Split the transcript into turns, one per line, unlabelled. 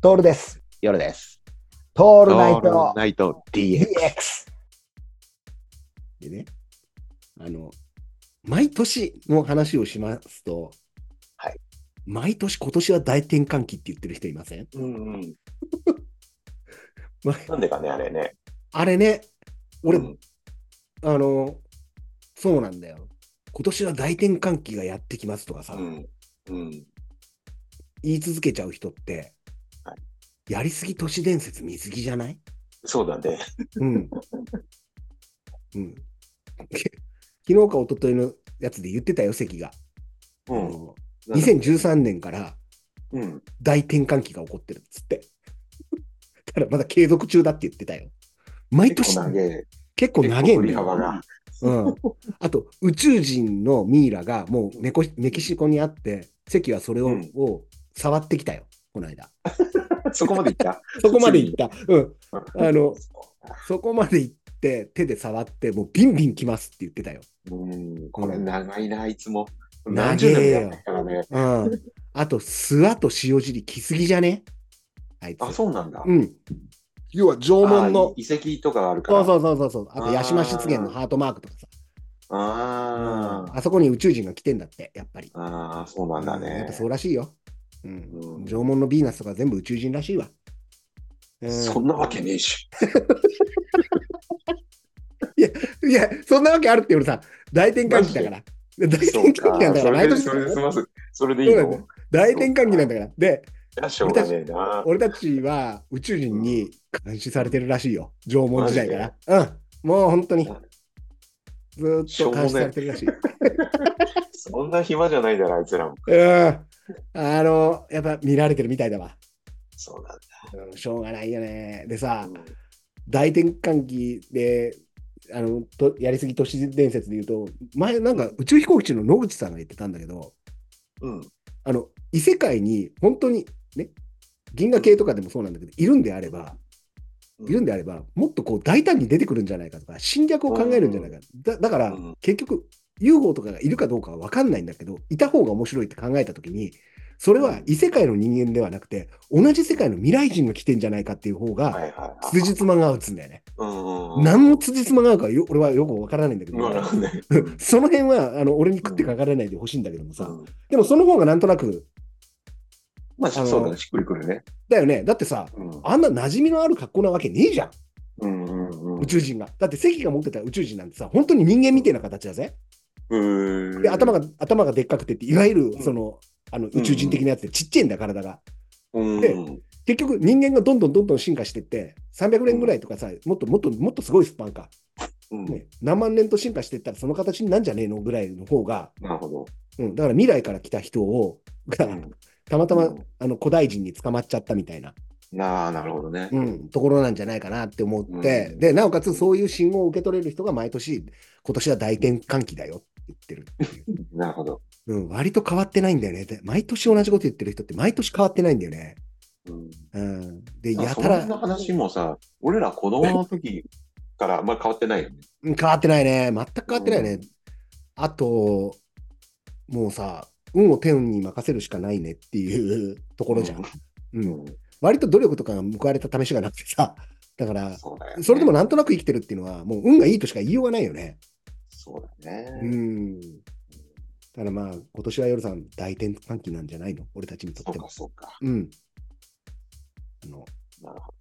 トールです。
夜です。
ト
オ
ールナイト
ナイト DX。
DX。
でね、あの、毎年の話をしますと、
はい
毎年今年は大転換期って言ってる人いません
うんうん。
前
なんでかね、あれね。
あれね、俺、
うん
あの、そうなんだよ。今年は大転換期がやってきますとかさ、
うん。うん。
言い続けちゃう人って、
は
やりすぎ都市伝説水着じゃない
そうだね。
うん。うん。け昨日か一昨日のやつで言ってたよ、関が。あ。
う
の2013年から
うん。
大転換期が起こってるっつって。ただまだ継続中だって言ってたよ。毎
結
年
構投げ。
結構長いん
振
だ
り幅
よ。
が。
うん、あと宇宙人のミイラがもうメコメキシコにあって関はそれを,、
うん
を触ってきたよこの間
そこまでい った。
そこまで行った、うん、あの
う
そこまで行って手で触ってもうビンビン来ますって言ってたよ、
ん。これ長いな、いつも。
長えよ
何十年もやってるからね。
うん、あと諏訪と塩尻来すぎじゃねあいつ
あ、そうなんだ。
うん、要は縄文の
あ遺跡とかがあるから。。
そうそううそうそうそうあと八島湿原のハートマークとかさ
あー
あそこに宇宙人が来てんだって、やっぱり。
あー、そうなんだ
うんやっ
ね
ぱ。そうらしいよ。うん
うん
縄文のヴィーナスとか全部宇宙人らしいわ。うん
そんなわけねえし。
いや、そんなわけあるって俺さ、大転換期だから。大転
そう
換期
か
なんだか
そ
ら、
れ
毎年
で、それで済ます。それでいい
そうだ
の
大転換期なんだから。で、
いやしょうがねえな。
俺たちは宇宙人に監視されてるらしいよ。縄文時代から。うん。もう本当に。ずーっと監視されてるらしい。
そんな暇じゃないだろ、あいつらも。
うん。あの、やっぱ見られてるみたいだわ。
そうなんだ。
うんしょうがないよね。でさ、
うん
大転換期であのとやりすぎ都市伝説で言うと前なんか宇宙飛行士の野口さんが言ってたんだけど
うん。
あの異世界に本当にね銀河系とかでもそうなんだけどいるんであればいるんであればもっとこう大胆に出てくるんじゃないかとか侵略を考えるんじゃないかだだから
うん
結局 UFO とかがいるかどうかは分かんないんだけどいた方が面白いって考えた時にそれは異世界の人間ではなくて同じ世界の未来人が来てんじゃないかっていう方が
はいはいはい。
辻褄が合うっつうんだよね。
うんうん。
何も辻褄が合うかよ俺はよくわからないんだけど、
なるほどね。
その辺はあの俺に食ってかからないでほしいんだけどもさ、
うん
でもその方がなんとなく
まあ、
あの
そうだね、しっくりくるね。
だよねだってさ
うん
あんな馴染みのある格好なわけねえじゃん
うんうんうん
宇宙人がだって関が持ってた宇宙人なんてさ本当に人間みたいな形だぜ
うーん。
で頭
が。
が頭がでっかくてっていわゆる
ん
その,、あの宇宙人的なやつでちっちゃいんだ体が
うん
で結局人間がどんどんどんどん進化してって300年ぐらいとかさもっともっともっとすごいスパンか、
うん。
ね、何万年と進化していったらその形になんじゃねえのぐらいの方が
なるほど。
うん、だから未来から来た人をが、
うん
たまたま、
うん
あの古代人に捕まっちゃったみたいな、
なあ、なるほどね。
うん、ところなんじゃないかなって思って、
うん
でなおかつそういう信号を受け取れる人が毎年今年は大転換期だよって言ってるっていう、
なるほど。
うん、割と変わってないんだよねで毎年同じこと言ってる人って毎年変わってないんだよね、
うん
うん、で
あ
や
そ
た
の辺
ら
の話もさ、俺ら子供の時からあんまり変わってないよね。
うん変わってないね全く変わってないね、
うん
あともうさ運を天に任せるしかないねっていう ところじゃん、うん
うん
割と努力とかが報われた試しがなくてさ、だから、
そうだよね。
それでもなんとなく生きてるっていうのは、もう運がいいとしか言いようがないよね。
そうだ
う
ね。
ん。ただまあ、今年は夜さん、大転換期なんじゃないの俺たちにと
そ
っ
う
て
か、
も。
そうか。
うん。あの、
なるほ